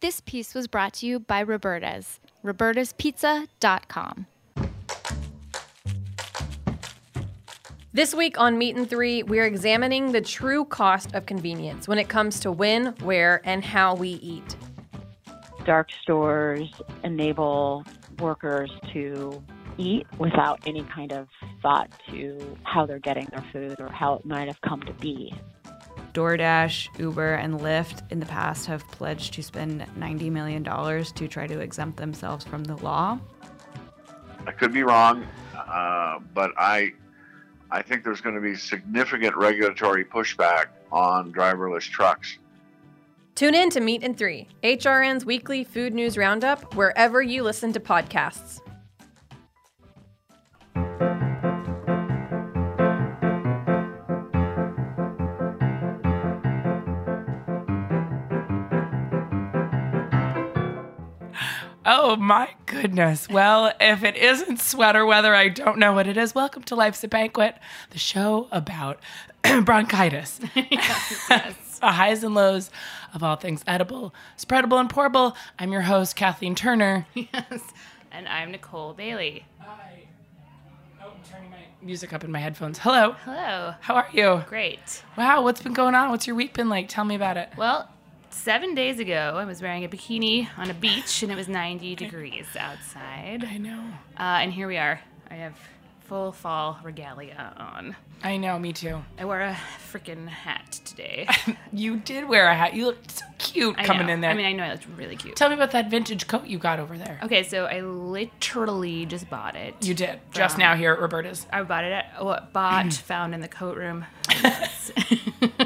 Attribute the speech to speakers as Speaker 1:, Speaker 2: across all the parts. Speaker 1: This piece was brought to you by Roberta's, robertaspizza.com.
Speaker 2: This week on Meet and Three, we're examining the true cost of convenience when it comes to when, where, and how we eat.
Speaker 3: dark stores enable workers to eat without any kind of thought to how they're getting their food or how it might have come to be.
Speaker 4: DoorDash, Uber, and Lyft in the past have pledged to spend $90 million to try to exempt themselves from the law.
Speaker 5: I could be wrong, uh, but I I think there's going to be significant regulatory pushback on driverless trucks.
Speaker 2: Tune in to Meet and Three, HRN's weekly food news roundup, wherever you listen to podcasts.
Speaker 6: Oh my goodness. Well, if it isn't sweater weather, I don't know what it is. Welcome to Life's a Banquet, the show about bronchitis. the highs and lows of all things edible, spreadable, and pourable. I'm your host, Kathleen Turner.
Speaker 7: Yes. And I'm Nicole Bailey.
Speaker 6: Oh, turning my music up in my headphones. Hello.
Speaker 7: Hello.
Speaker 6: How are you?
Speaker 7: Great.
Speaker 6: Wow, what's been going on? What's your week been like? Tell me about it.
Speaker 7: Well, seven days ago, I was wearing a bikini on a beach and it was 90 degrees outside.
Speaker 6: I know.
Speaker 7: Uh, and here we are. I have full fall regalia on.
Speaker 6: I know, me too.
Speaker 7: I wore a freaking hat today.
Speaker 6: You did wear a hat. You looked so cute
Speaker 7: I
Speaker 6: coming
Speaker 7: know.
Speaker 6: in there.
Speaker 7: I mean, I know I looked really cute.
Speaker 6: Tell me about that vintage coat you got over there.
Speaker 7: okay, so I literally just bought it.
Speaker 6: You did just now here at Roberta's.
Speaker 7: I bought it at what bought found in the coat room. no,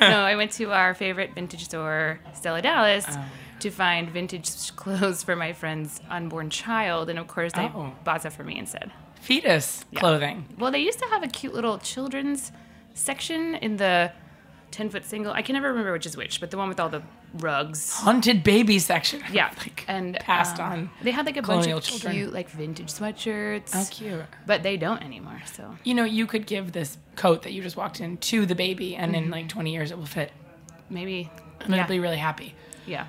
Speaker 7: I went to our favorite vintage store, Stella Dallas,
Speaker 6: Oh.
Speaker 7: to find vintage clothes for my friend's unborn child, and of course, they
Speaker 6: Oh.
Speaker 7: bought that for me instead.
Speaker 6: Fetus clothing.
Speaker 7: Well, they used to have a cute little children's section in the ten foot single. I can never remember which is which, but the one with all the rugs.
Speaker 6: Haunted baby section.
Speaker 7: Yeah,
Speaker 6: like,
Speaker 7: and
Speaker 6: passed
Speaker 7: um,
Speaker 6: on.
Speaker 7: They had like a bunch
Speaker 6: colonial
Speaker 7: of
Speaker 6: children.
Speaker 7: cute, like vintage sweatshirts.
Speaker 6: How cute.
Speaker 7: But they don't anymore. So
Speaker 6: You know, you could give this coat that you just walked in to the baby, and in like 20 years it will fit.
Speaker 7: maybe.
Speaker 6: And it'll be really happy.
Speaker 7: Yeah.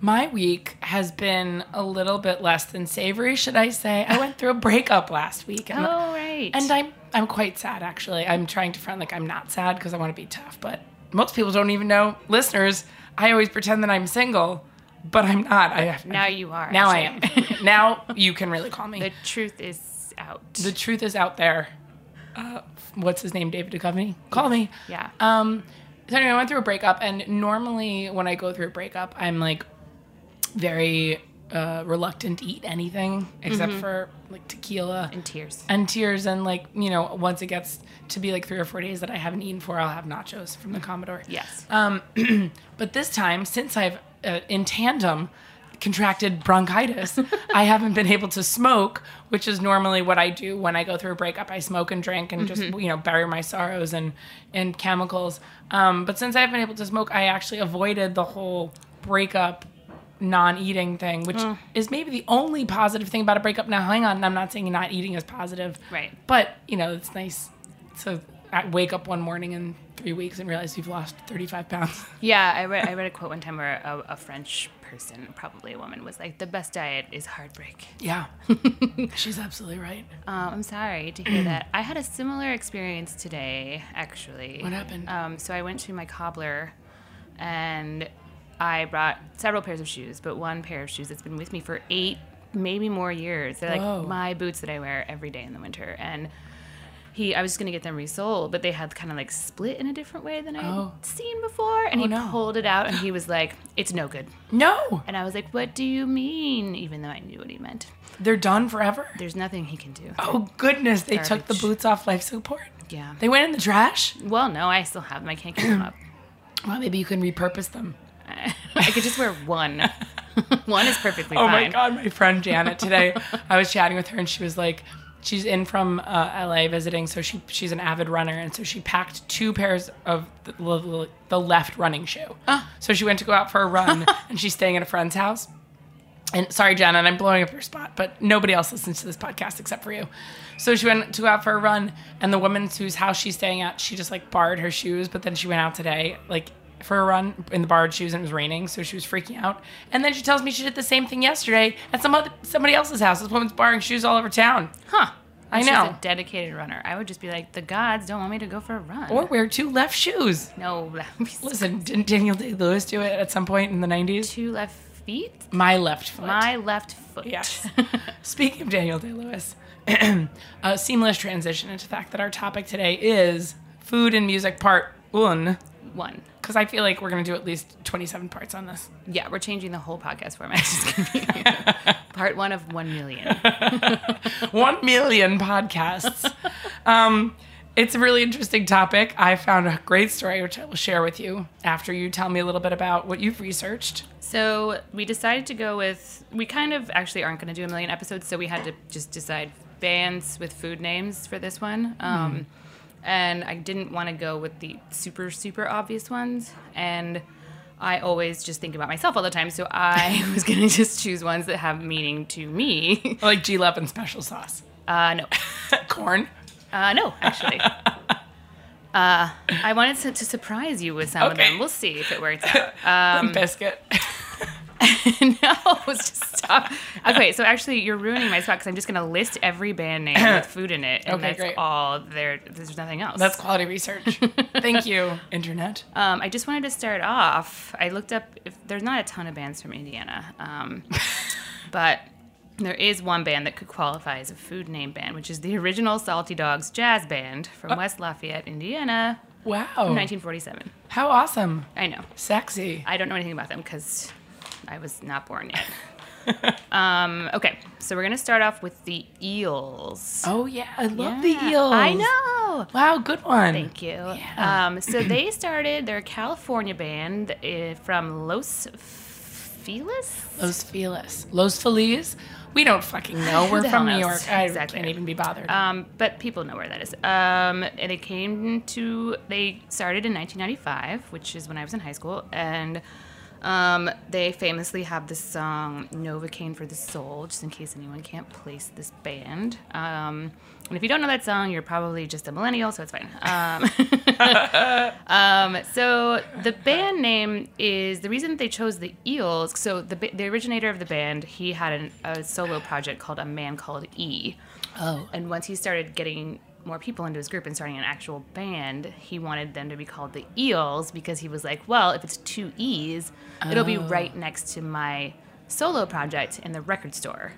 Speaker 6: My week has been a little bit less than savory, should I say. I went through a breakup last week. And
Speaker 7: Oh, right.
Speaker 6: And I'm I'm quite sad actually. I'm trying to front like I'm not sad because I want to be tough, but most people don't even know. Listeners, I always pretend that I'm single, but I'm not. I have
Speaker 7: Now you are,
Speaker 6: Now I
Speaker 7: actually.
Speaker 6: am. now you can really call me.
Speaker 7: The
Speaker 6: The,
Speaker 7: truth is out.
Speaker 6: truth is out there. Uh, what's his name? David Duchovny. Call me.
Speaker 7: yeah.
Speaker 6: Um, so anyway, I went through a breakup, and normally when I go through a breakup, I'm like very uh, reluctant to eat anything except for like tequila
Speaker 7: in tears.
Speaker 6: and tears and like you know once it gets to be like three or four days that i haven't eaten for i'll have nachos from the commodore
Speaker 7: Yes.
Speaker 6: um but this time since i've uh, in tandem contracted bronchitis i haven't been able to smoke which is normally what i do when i go through a breakup i smoke and drink and just you know bury my sorrows and and chemicals um but since i've been able to smoke i actually avoided the whole breakup non-eating thing, which is maybe the only positive thing about a breakup. Now, hang on, I'm not saying not eating is positive,
Speaker 7: Right.
Speaker 6: But you know, it's nice to uh, wake up one morning in three weeks and realize you've lost 35 pounds.
Speaker 7: yeah, I read, I read a quote one time where a, a French person, probably a woman, was like, the best diet is heartbreak.
Speaker 6: yeah, she's absolutely right.
Speaker 7: Um, I'm sorry to hear that. I had a similar experience today, actually.
Speaker 6: What happened?
Speaker 7: Um, so I went to my cobbler and I brought several pairs of shoes, but one pair of shoes that's been with me for eight, maybe more years. They're like
Speaker 6: Whoa.
Speaker 7: my boots that I wear every day in the winter. And he, I was going to get them resoled, but they had kind of like split in a different way than I
Speaker 6: Oh.
Speaker 7: had seen before. And he
Speaker 6: no.
Speaker 7: pulled it out and he was like, it's no good.
Speaker 6: No,
Speaker 7: And I was like, what do you mean? Even though I knew what he meant.
Speaker 6: they're done forever.
Speaker 7: There's nothing he can do.
Speaker 6: Oh goodness, they took the
Speaker 7: Garbage.
Speaker 6: boots off life support.
Speaker 7: Yeah.
Speaker 6: They went in the trash.
Speaker 7: Well, no, I still have them. I can't give them up.
Speaker 6: Well, maybe you can repurpose them.
Speaker 7: I could just wear one. one is perfectly
Speaker 6: Oh
Speaker 7: fine.
Speaker 6: my god, my friend Janet today. I was chatting with her and she was like, she's in from uh, LA visiting, so she she's an avid runner, and so she packed two pairs of the, the, the left running shoe. So she went to go out for a run, and she's staying at a friend's house. And sorry, Janet, I'm blowing up your spot, but nobody else listens to this podcast except for you. So she went to go out for a run, and the woman whose house she's staying at, she just like borrowed her shoes, but then she went out today, like for a run in the borrowed shoes and it was raining, so she was freaking out. And then she tells me she did the same thing yesterday at some other, somebody else's house. This woman's borrowing shoes all over town.
Speaker 7: Huh.
Speaker 6: I
Speaker 7: She's
Speaker 6: know.
Speaker 7: a dedicated runner. I would just be like, the gods don't want me to go for a run.
Speaker 6: Or wear two left shoes.
Speaker 7: no, that would be so-
Speaker 6: Listen, didn't Daniel Day Lewis do it at some point in the 90s?
Speaker 7: two left feet.
Speaker 6: My left foot.
Speaker 7: My left foot.
Speaker 6: Yes. Speaking of Daniel Day Lewis, a seamless transition into the fact that our topic today is food and music part one,
Speaker 7: One.
Speaker 6: because I feel like we're going to do at least 27 parts on this.
Speaker 7: Yeah, we're changing the whole podcast format. It's just gonna be part one of one million.
Speaker 6: One million podcasts. um, it's a really interesting topic. I found a great story, which I will share with you after you tell me a little bit about what you've researched.
Speaker 7: So we decided to go with. We kind of actually aren't going to do a million episodes, so we had to just decide bands with food names for this one. Um, And I didn't want to go with the super super obvious ones, and I always just think about myself all the time. So I was going to just choose ones that have meaning to me.
Speaker 6: Like G Love and Special Sauce.
Speaker 7: Uh, no.
Speaker 6: Corn.
Speaker 7: Uh, no, actually. Uh, I wanted to, to surprise you with some of
Speaker 6: Okay.
Speaker 7: them. We'll see if it works out.
Speaker 6: biscuit.
Speaker 7: no, just stop. Okay, so actually, you're ruining my spot because I'm just going to list every band name with food in it, and
Speaker 6: Okay,
Speaker 7: that's
Speaker 6: great.
Speaker 7: all there. There's nothing else.
Speaker 6: That's quality research. Thank you, Internet.
Speaker 7: Um, I just wanted to start off. I looked up. If, there's not a ton of bands from Indiana, um, but there is one band that could qualify as a food name band, which is the original Salty Dogs Jazz Band from
Speaker 6: Oh.
Speaker 7: West Lafayette, Indiana,
Speaker 6: Wow.
Speaker 7: 1947.
Speaker 6: How awesome.
Speaker 7: I know.
Speaker 6: Sexy.
Speaker 7: I don't know anything about them because I was not born yet. um, okay, so we're gonna start off with the eels.
Speaker 6: Oh, yeah. I love the
Speaker 7: Yeah,
Speaker 6: eels.
Speaker 7: I know.
Speaker 6: Wow, good one.
Speaker 7: Thank you. Um, so they started their California band uh, from Los Feliz.
Speaker 6: Los Feliz. Los Feliz? We don't fucking know. We're
Speaker 7: the
Speaker 6: from
Speaker 7: hell
Speaker 6: New
Speaker 7: knows?
Speaker 6: York. I
Speaker 7: Exactly.
Speaker 6: can't even be bothered.
Speaker 7: Um, but people know where that is. Um, and it came to, they started in 1995, which is when I was in high school. And um, they famously have this song, Novocaine for the Soul, just in case anyone can't place this band. Um, and if you don't know that song, you're probably just a millennial, so it's fine. Um, Um, so the band name is the reason they chose the Eels. So the ba- the originator of the band, he had an, a solo project called A Man Called E. Oh. And once he started getting more people into his group and starting an actual band, he wanted them to be called the Eels because he was like, well, if it's two E's, it'll
Speaker 6: Oh.
Speaker 7: be right next to my solo project in the record store.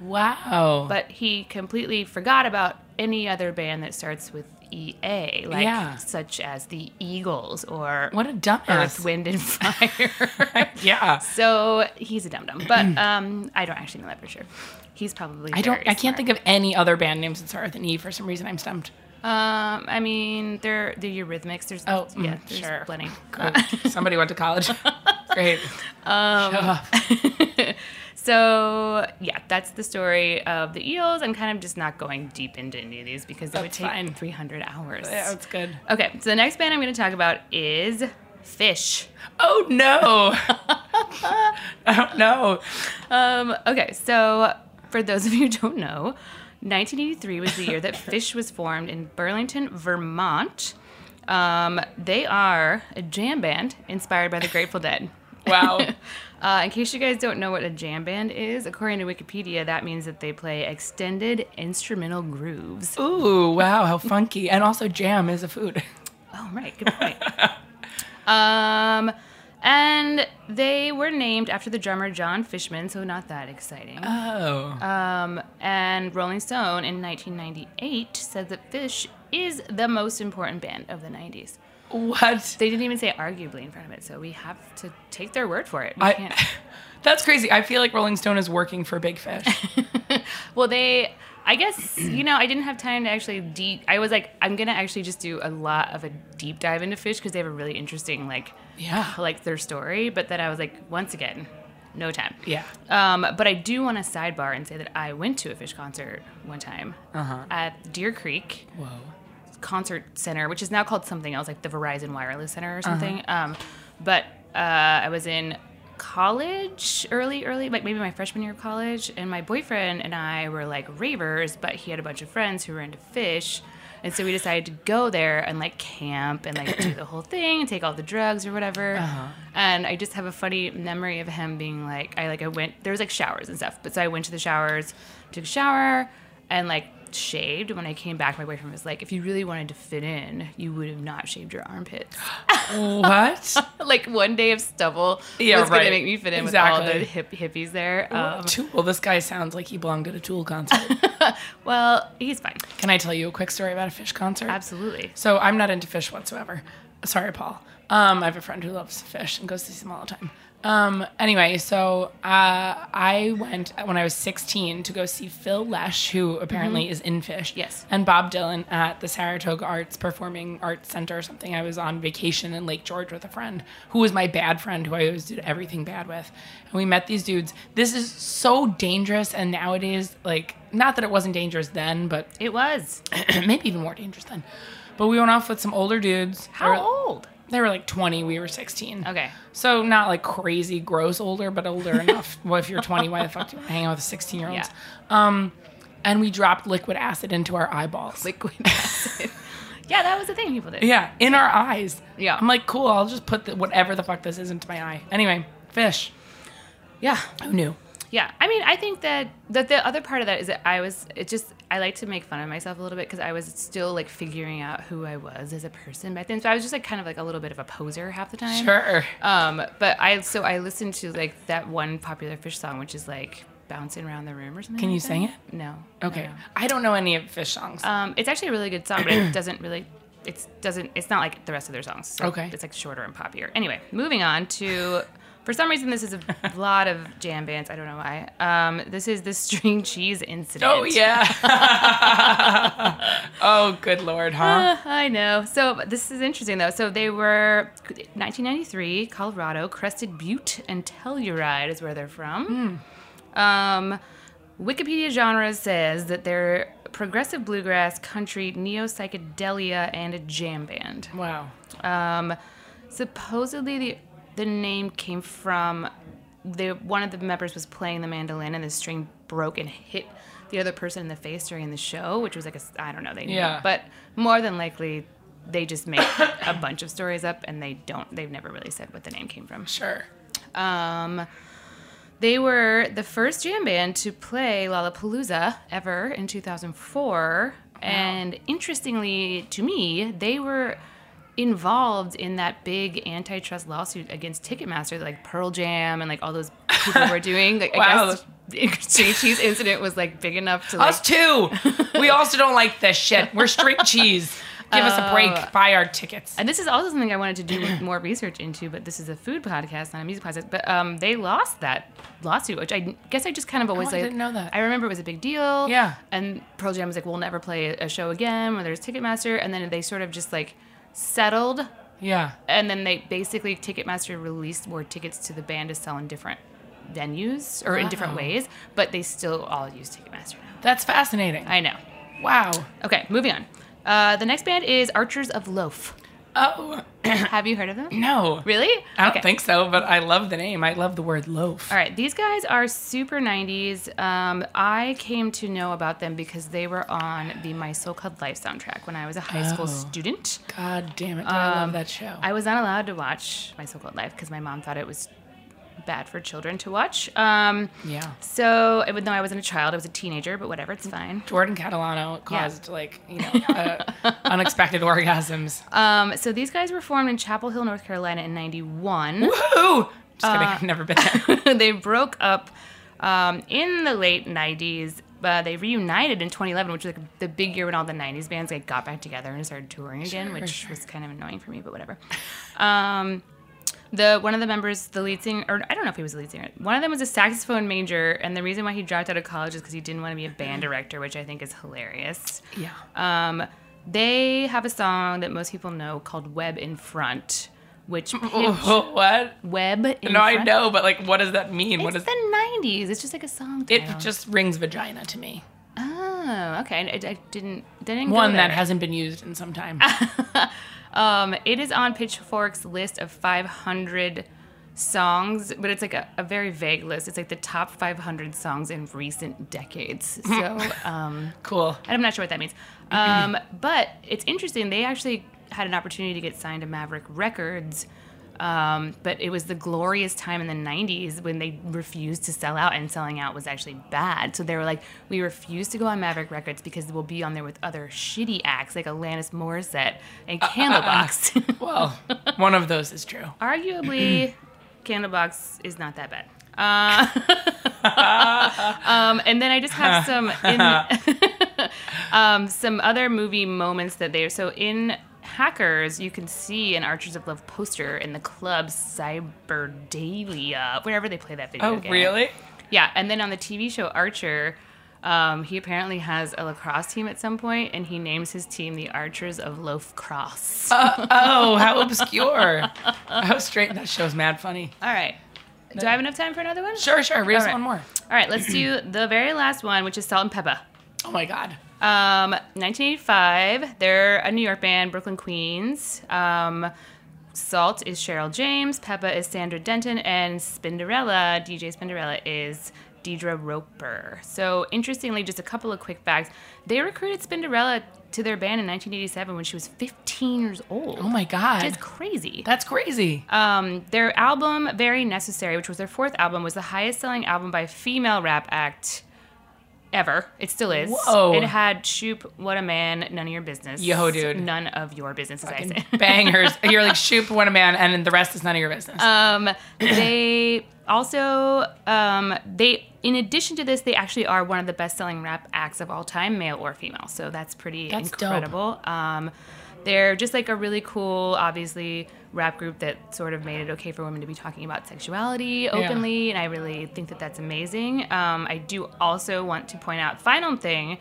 Speaker 6: wow.
Speaker 7: But he completely forgot about any other band that starts with EA, like
Speaker 6: Yeah.
Speaker 7: such as the Eagles or
Speaker 6: what a dumbass.
Speaker 7: Earth, Wind, and Fire.
Speaker 6: yeah.
Speaker 7: so he's a dum dum, but um, I don't actually know that for sure. He's probably.
Speaker 6: I don't. I can't think of any other band names that start with an E. For some reason, I'm stumped.
Speaker 7: Um, I mean, they're the Eurythmics. There's
Speaker 6: Oh,
Speaker 7: yeah,
Speaker 6: mm,
Speaker 7: there's
Speaker 6: sure.
Speaker 7: plenty.
Speaker 6: Good. Somebody went to college. Great. Um,
Speaker 7: So yeah, that's the story of the eels. I'm kind of just not going deep into any of these because it would
Speaker 6: That's
Speaker 7: take
Speaker 6: fine.
Speaker 7: 300 hours.
Speaker 6: yeah, it's good.
Speaker 7: Okay, so the next band I'm going to talk about is Fish.
Speaker 6: Oh no. I don't know.
Speaker 7: Um, okay, so for those of you who don't know, 1983 was the year that Fish was formed in Burlington, Vermont. Um, they are a jam band inspired by the Grateful Dead.
Speaker 6: Wow.
Speaker 7: Uh, in case you guys don't know what a jam band is, according to Wikipedia, that means that they play extended instrumental grooves.
Speaker 6: Ooh, wow, how funky. And also jam is a food.
Speaker 7: Oh, right. Good point. um, and they were named after the drummer John Fishman, so not that exciting.
Speaker 6: Oh.
Speaker 7: Um, and Rolling Stone in 1998 said that Fish is the most important band of the 90s.
Speaker 6: what?
Speaker 7: They didn't even say arguably in front of it, so we have to take their word for it. We
Speaker 6: I,
Speaker 7: can't.
Speaker 6: that's crazy. I feel like Rolling Stone is working for Big Fish.
Speaker 7: Well, they, I guess, you know, I didn't have time to actually deep. I was like, I'm gonna actually just do a lot of a deep dive into Fish because they have a really interesting like,
Speaker 6: Yeah.
Speaker 7: like their story. But then I was like, once again, no time.
Speaker 6: Yeah.
Speaker 7: Um, but I do want to sidebar and say that I went to a Fish concert one time
Speaker 6: Uh-huh.
Speaker 7: at Deer Creek.
Speaker 6: Whoa.
Speaker 7: concert center, which is now called something else, like the Verizon Wireless Center or something. Um, but uh, I was in college early, early, like maybe my freshman year of college, and my boyfriend and I were like ravers, but he had a bunch of friends who were into fish. And so we decided to go there and like camp and like do the whole thing and take all the drugs or whatever. And I just have a funny memory of him being like, I like I went there was like showers and stuff, but so I went to the showers, took a shower, and like shaved. When I came back, my boyfriend was like, "If you really wanted to fit in, you would have not shaved your armpits."
Speaker 6: What?
Speaker 7: like one day of stubble
Speaker 6: Yeah,
Speaker 7: was
Speaker 6: right.
Speaker 7: gonna make me fit in with all
Speaker 6: Exactly.
Speaker 7: the hip, hippies there. Um,
Speaker 6: Tool. Well, this guy sounds like he belonged at a Tool concert.
Speaker 7: well, he's fine.
Speaker 6: Can I tell you a quick story about a fish concert?
Speaker 7: Absolutely.
Speaker 6: So I'm not into fish whatsoever. Sorry, Paul. Um, I have a friend who loves fish and goes to see them all the time. Um, anyway, so uh, I went when I was 16 to go see Phil Lesh, who apparently is in Fish.
Speaker 7: Yes.
Speaker 6: And Bob Dylan at the Saratoga Arts Performing Arts Center or something. I was on vacation in Lake George with a friend who was my bad friend, who I always did everything bad with. And we met these dudes. This is so dangerous. And nowadays, like, not that it wasn't dangerous then, but
Speaker 7: It was.
Speaker 6: maybe even more dangerous then. But we went off with some older dudes. They were-
Speaker 7: How old?
Speaker 6: They were like 20. We were 16.
Speaker 7: Okay.
Speaker 6: So not like crazy, gross older, but older enough. Well, if you're 20, why the fuck do you want to hang out with 16 year olds? Um, and we dropped liquid acid into our eyeballs.
Speaker 7: Liquid acid. yeah, that was the thing people did.
Speaker 6: yeah, in our eyes.
Speaker 7: Yeah.
Speaker 6: I'm like, cool. I'll just put the, whatever the fuck this is into my eye. Anyway, fish.
Speaker 7: Yeah.
Speaker 6: Who knew?
Speaker 7: Yeah. I mean, I think that, that the other part of that is that I was, it just, I like to make fun of myself a little bit because I was still like figuring out who I was as a person back then. So I was just like kind of like a little bit of a poser half the time.
Speaker 6: Sure.
Speaker 7: Um, but I, so I listened to like that one popular fish song, which is like bouncing around the room or something.
Speaker 6: Can you
Speaker 7: like that.
Speaker 6: sing it?
Speaker 7: No.
Speaker 6: Okay. I don't know any of fish songs.
Speaker 7: Um, it's actually a really good song, but it doesn't really. It's doesn't. It's not like the rest of their songs. So
Speaker 6: Okay.
Speaker 7: It's like shorter and poppier. Anyway, moving on to. For some reason, this is a lot of jam bands. I don't know why. Um, this is the string cheese incident.
Speaker 6: oh, yeah. oh, good lord, huh?
Speaker 7: Uh, I know. So but this is interesting though. So they were 1993, Colorado, Crested Butte and Telluride is where they're from. Um, Wikipedia genre says that they're progressive bluegrass, country, neo psychedelia, and a jam band.
Speaker 6: Wow.
Speaker 7: Um, supposedly the the name came from the one of the members was playing the mandolin and the string broke and hit the other person in the face during the show, which was like a s- I don't know they knew,
Speaker 6: Yeah.
Speaker 7: but more than likely they just make a bunch of stories up and they don't they've never really said what the name came from.
Speaker 6: Sure.
Speaker 7: Um, they were the first jam band to play Lollapalooza ever in 2004. And interestingly to me, they were involved in that big antitrust lawsuit against Ticketmaster, like Pearl Jam and like all those people were doing. Like,
Speaker 6: Wow.
Speaker 7: I guess the string cheese incident was like big enough to like,
Speaker 6: Us too. we also don't like this shit. We're straight cheese. Give us a break. Buy our tickets.
Speaker 7: And this is also something Oh. I wanted to do more research into, but this is a food podcast, not a music podcast. But um, they lost that lawsuit, which I guess I just kind of always
Speaker 6: Oh, I
Speaker 7: like,
Speaker 6: didn't know that.
Speaker 7: I remember it was a big deal.
Speaker 6: Yeah.
Speaker 7: And Pearl Jam was like, "We'll never play a show again." Where there's Ticketmaster, and then they sort of just like settled,
Speaker 6: Yeah.
Speaker 7: and then they basically Ticketmaster released more tickets to the band to sell in different venues or in different
Speaker 6: Wow.
Speaker 7: ways, but they still all use Ticketmaster now.
Speaker 6: That's fascinating.
Speaker 7: I know.
Speaker 6: wow.
Speaker 7: Okay, moving on. Uh, the next band is Archers of Loaf.
Speaker 6: Oh,
Speaker 7: Have you heard of them?
Speaker 6: no.
Speaker 7: Really?
Speaker 6: I don't
Speaker 7: Okay.
Speaker 6: think so, but I love the name. I love the word loaf.
Speaker 7: All right, these guys are super 90s. Um, I came to know about them because they were on the My So Called Life soundtrack when I was a high school
Speaker 6: Oh.
Speaker 7: student.
Speaker 6: God damn it. do I love that show.
Speaker 7: Um, I was not allowed to watch My So Called Life because my mom thought it was bad for children to watch. Um,
Speaker 6: yeah. Mm.
Speaker 7: So, even though I wasn't a child, I was a teenager, but whatever, it's fine.
Speaker 6: Jordan Catalano caused like, you know, uh, unexpected orgasms.
Speaker 7: Um, so, these guys were formed in Chapel Hill, North Carolina in 91.
Speaker 6: Woohoo! Just
Speaker 7: uh,
Speaker 6: kidding. I've never been there.
Speaker 7: they broke up um, in the late 90s. Uh, they reunited in 2011, which was like the big year when all the 90s bands like got back together and started touring again, which was kind of annoying for me, but whatever. Um, the one of the members, the lead singer, or I don't know if he was the lead singer. One of them was a saxophone major, and the reason why he dropped out of college is because he didn't want to be a band
Speaker 6: Mm-hmm.
Speaker 7: director, which I think is hilarious.
Speaker 6: yeah.
Speaker 7: Um, they have a song that most people know called "Web in Front," which pitch,
Speaker 6: Oh, what?
Speaker 7: web in
Speaker 6: No, I
Speaker 7: front-
Speaker 6: know, but like, what does that mean?
Speaker 7: it's
Speaker 6: What is
Speaker 7: the '90s. It's just like a song.
Speaker 6: it?
Speaker 7: title.
Speaker 6: Just rings vagina to me.
Speaker 7: Oh, okay. I, I didn't didn't go
Speaker 6: One that
Speaker 7: there.
Speaker 6: hasn't been used in some time.
Speaker 7: Um, it is on Pitchfork's list of 500 songs, but it's like a, a very vague list. It's like the top 500 songs in recent decades. So um,
Speaker 6: Cool.
Speaker 7: and I'm not sure what that means. Um, but it's interesting. They actually had an opportunity to get signed to Maverick Records, um, but it was the glorious time in the 90s when they refused to sell out, and selling out was actually bad. So they were like, we refuse to go on Maverick Records because we'll be on there with other shitty acts like Alanis Morissette and Candlebox.
Speaker 6: Well, one of those is true.
Speaker 7: Arguably, Candlebox is not that bad. Uh, um, and then I just have some in, um, some other movie moments that they so in Hackers you can see an Archers of Love poster in the club Cyberdalia wherever they play that video.
Speaker 6: Oh,
Speaker 7: game.
Speaker 6: really?
Speaker 7: Yeah, and then on the TV show Archer, um, he apparently has a lacrosse team at some point, and he names his team the Archers of Loaf Cross.
Speaker 6: Oh, how obscure. How straight. That show's mad funny.
Speaker 7: All right. Do I have enough time for another one?
Speaker 6: Sure, sure. Read us
Speaker 7: All right.
Speaker 6: one more.
Speaker 7: All right, let's do the very last one, which is Salt and Pepper.
Speaker 6: Oh, my God.
Speaker 7: Um, 1985, they're a New York band, Brooklyn, Queens. Um, Salt is Cheryl James, Peppa is Sandra Denton, and Spinderella, DJ Spinderella, is Deidre Roper. So, interestingly, just a couple of quick facts. They recruited Spinderella to their band in 1987 when she was 15 years old.
Speaker 6: Oh, my God.
Speaker 7: That's crazy.
Speaker 6: That's crazy.
Speaker 7: Um, their album, Very Necessary, which was their fourth album, was the highest selling album by a female rap act ever. It still is.
Speaker 6: Whoa.
Speaker 7: It had Shoop, What a Man, None of Your Business.
Speaker 6: Yo, dude.
Speaker 7: None of Your Business, as I say.
Speaker 6: Bangers. You're like, shoot one a man, and then the rest is none of your business.
Speaker 7: Um, they also, um, they, in addition to this, they actually are one of the best selling rap acts of all time, male or female. So that's pretty
Speaker 6: That's dope.
Speaker 7: incredible. Um, they're just like a really cool, obviously, rap group that sort of made it okay for women to be talking about sexuality openly. And I really think that that's amazing. Um, I do also want to point out, final thing.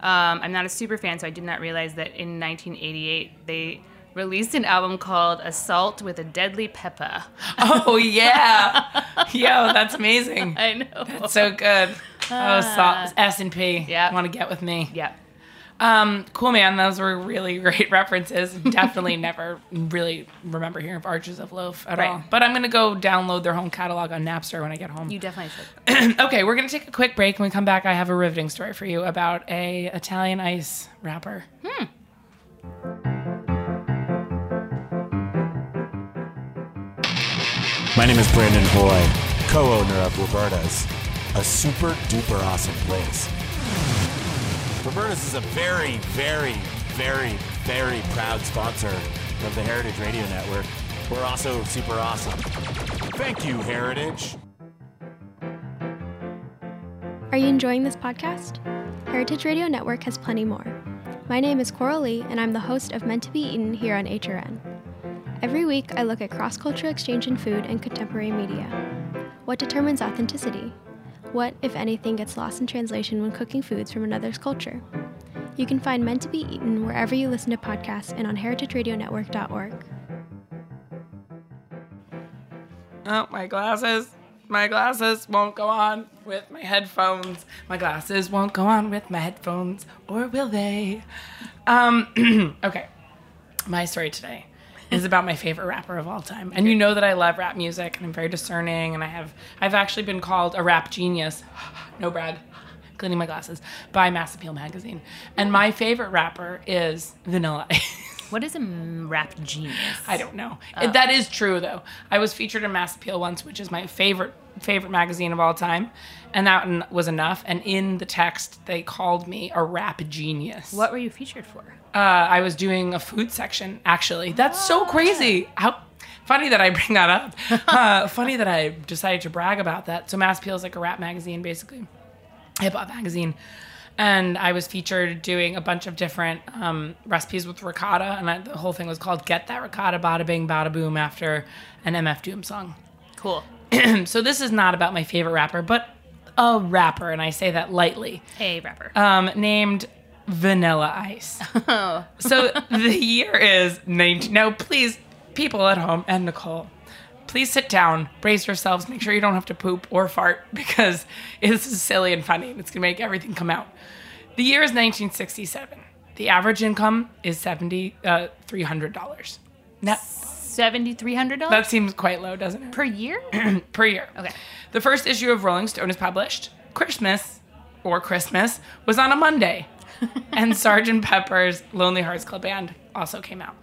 Speaker 7: Um, I'm not a super fan, so I did not realize that in 1988 they released an album called Assault with a Deadly Peppa.
Speaker 6: oh, yeah. Yo, that's amazing.
Speaker 7: I know.
Speaker 6: That's so good. Oh, salt, S and P.
Speaker 7: Yeah.
Speaker 6: Want to get with me?
Speaker 7: yeah.
Speaker 6: Um, cool, man. Those were really great references. Definitely never really remember hearing of Arches of Loaf at
Speaker 7: Right.
Speaker 6: all. But I'm gonna go download their home catalog on Napster when I get home.
Speaker 7: You definitely should.
Speaker 6: okay, we're gonna take a quick break. When we come back, I have a riveting story for you about a Italian ice rapper.
Speaker 8: My name is Brandon Hoy, co owner of Roberta's, a super duper awesome place. Roberta's is a very, very, very, very proud sponsor of the Heritage Radio Network. We're also super awesome. Thank you, Heritage.
Speaker 9: Are you enjoying this podcast? Heritage Radio Network has plenty more. My name is Coral Lee, and I'm the host of Meant to Be Eaten here on HRN. Every week, I look at cross cultural exchange in food and contemporary media. What determines authenticity? What, if anything, gets lost in translation when cooking foods from another's culture? You can find Meant to Be Eaten wherever you listen to podcasts and on heritageradionetwork.org.
Speaker 6: Oh, my glasses. My glasses won't go on with my headphones. My glasses won't go on with my headphones, or will they? Um, okay. My story today is about my favorite rapper of all time. And you know that I love rap music and I'm very discerning and I have I've actually been called a rap genius. no brag. Cleaning my glasses by Mass Appeal magazine. And my favorite rapper is Vanilla Ice.
Speaker 7: What is a m- rap genius?
Speaker 6: I don't know. That is true though. I was featured in Mass Appeal once, which is my favorite favorite magazine of all time, and that n- was enough. And in the text, they called me a rap genius.
Speaker 7: What were you featured for?
Speaker 6: Uh, I was doing a food section actually. That's so crazy. How funny that I bring that up. uh, funny that I decided to brag about that. So Mass Appeal is like a rap magazine, basically hip hop magazine. And I was featured doing a bunch of different um, recipes with ricotta, and I, the whole thing was called "Get That Ricotta Bada Bing Bada Boom" after an MF Doom song.
Speaker 7: Cool.
Speaker 6: so this is not about my favorite rapper, but a rapper, and I say that lightly
Speaker 7: A rapper.
Speaker 6: um, named Vanilla Ice.
Speaker 7: Oh.
Speaker 6: so the year is 19. Now, please, people at home and Nicole, please sit down, brace yourselves, make sure you don't have to poop or fart because this is silly and funny and it's going to make everything come out. The year is uh, 1967. The average income is $7,300. Now,
Speaker 7: $7,300
Speaker 6: That seems quite low, doesn't it?
Speaker 7: per year?
Speaker 6: per year.
Speaker 7: Okay.
Speaker 6: The first issue of Rolling Stone is published. Christmas, or Christmas, was on a Monday. and Sgt. Pepper's Lonely Hearts Club Band also came out.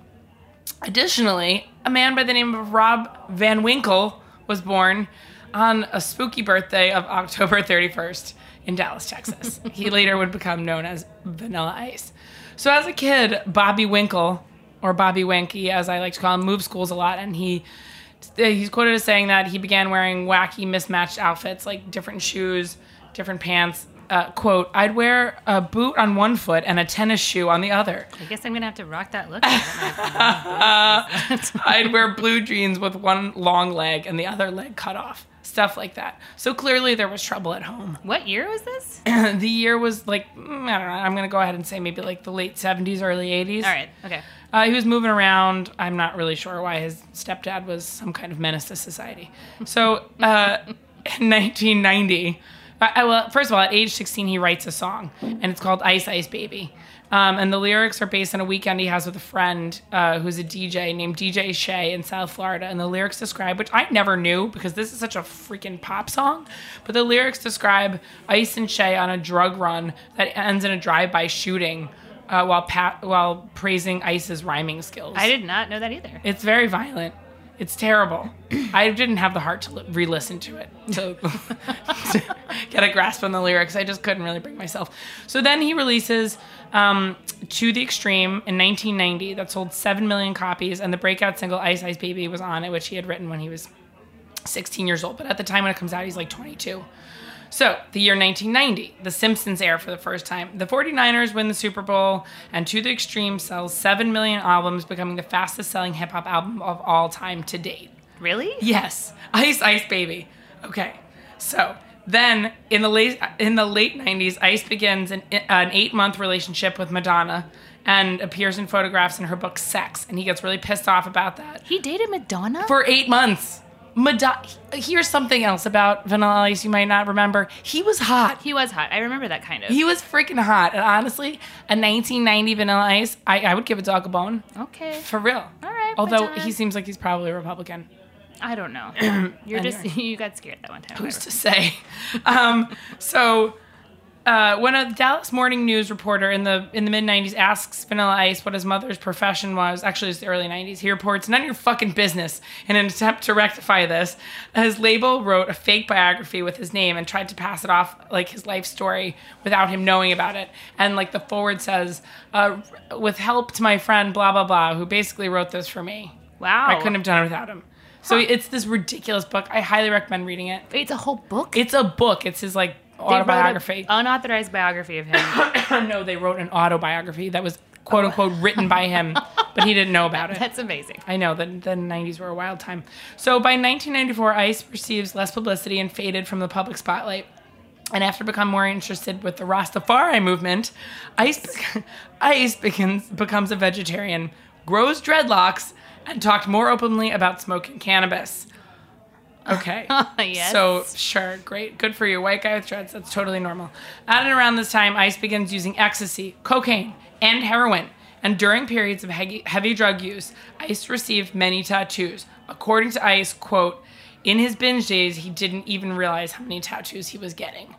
Speaker 6: Additionally, a man by the name of Rob Van Winkle was born on a spooky birthday of October 31st in Dallas, Texas. he later would become known as Vanilla Ice. So, as a kid, Bobby Winkle, or Bobby Wanky, as I like to call him, moved schools a lot, and he he's quoted as saying that he began wearing wacky, mismatched outfits like different shoes, different pants. Uh, quote: I'd wear a boot on one foot and a tennis shoe on the other.
Speaker 7: I guess I'm going to have to rock that look. I
Speaker 6: I'd wear blue jeans with one long leg and the other leg cut off. Stuff like that. So clearly there was trouble at home.
Speaker 7: don't know. what year was this?
Speaker 6: the year was like, mm, I don't know, I'm going to go ahead and say maybe like the late 70s, early 80s.
Speaker 7: All right. Okay.
Speaker 6: Uh, he was moving around. I'm not really sure why his stepdad was some kind of menace to society. So uh, in 1990, I, I- well, first of all, at age 16, he writes a song, and it's called Ice Ice Baby. Um, and the lyrics are based on a weekend he has with a friend uh, who's a DJ named DJ Shay in South Florida. And the lyrics describe, which I never knew because this is such a freaking pop song, but the lyrics describe Ice and Shay on a drug run that ends in a drive by shooting uh, while pa- while praising Ice's rhyming skills.
Speaker 7: I did not know that either.
Speaker 6: It's very violent. It's terrible. I didn't have the heart to li- re-listen to it to, to get a grasp on the lyrics. I just couldn't really bring myself. So then he releases um, "To the Extreme" in 1990. That sold seven million copies, and the breakout single "Ice Ice Baby" was on it, which he had written when he was 16 years old. But at the time when it comes out, he's like 22. So, the year 1990, The Simpsons air for the first time. The 49ers win the Super Bowl, and To the Extreme sells 7 million albums, becoming the fastest selling hip hop album of all time to date.
Speaker 7: Really?
Speaker 6: Yes, Ice Ice Baby. Okay, so then in the late in the late '90s, Ice begins an, an eight-month relationship with Madonna and appears in photographs in her book Sex, and he gets really pissed off about that
Speaker 7: He dated Madonna?
Speaker 6: for eight months. Madonna. Here's something else about Vanilla Ice you might not remember. He was hot.
Speaker 7: he was hot. I remember that kind of.
Speaker 6: He was freaking hot. And honestly, a 1990 Vanilla Ice, I, I would give a dog a bone.
Speaker 7: okay.
Speaker 6: For real.
Speaker 7: All right,
Speaker 6: Although
Speaker 7: Madonna.
Speaker 6: he seems like he's probably a Republican.
Speaker 7: I don't know. You're just you got scared that one time.
Speaker 6: who's to say? um, so, uh, when a Dallas Morning News reporter in the in the mid '90s asks Vanilla Ice what his mother's profession was, actually it's the early '90s, he reports, "None of your fucking business." In an attempt to rectify this, his label wrote a fake biography with his name and tried to pass it off like his life story without him knowing about it. And like the forward says, uh, "With help to my friend blah blah blah, who basically wrote this for me.
Speaker 7: Wow.
Speaker 6: I couldn't have done it without him." So it's this ridiculous book. I highly recommend reading it.
Speaker 7: It's a whole book.
Speaker 6: It's a book. It's his like autobiography.
Speaker 7: unauthorized biography of him.
Speaker 6: Uh, no, they wrote an autobiography that was quote unquote written by him, but he didn't know about it.
Speaker 7: That's amazing.
Speaker 6: I know that the 90s were a wild time. So by 1994, Ice receives less publicity and faded from the public spotlight. And after becoming more interested with the Rastafari movement, Ice, bec- Ice begins, becomes a vegetarian, grows dreadlocks, and talked more openly about smoking cannabis. Okay.
Speaker 7: Yes.
Speaker 6: So sure, great, good for you, white guy with dreads. That's totally normal. At and around this time, Ice begins using ecstasy, cocaine, and heroin. And during periods of he- heavy drug use, Ice received many tattoos. According to Ice, quote, in his binge days, he didn't even realize how many tattoos he was getting.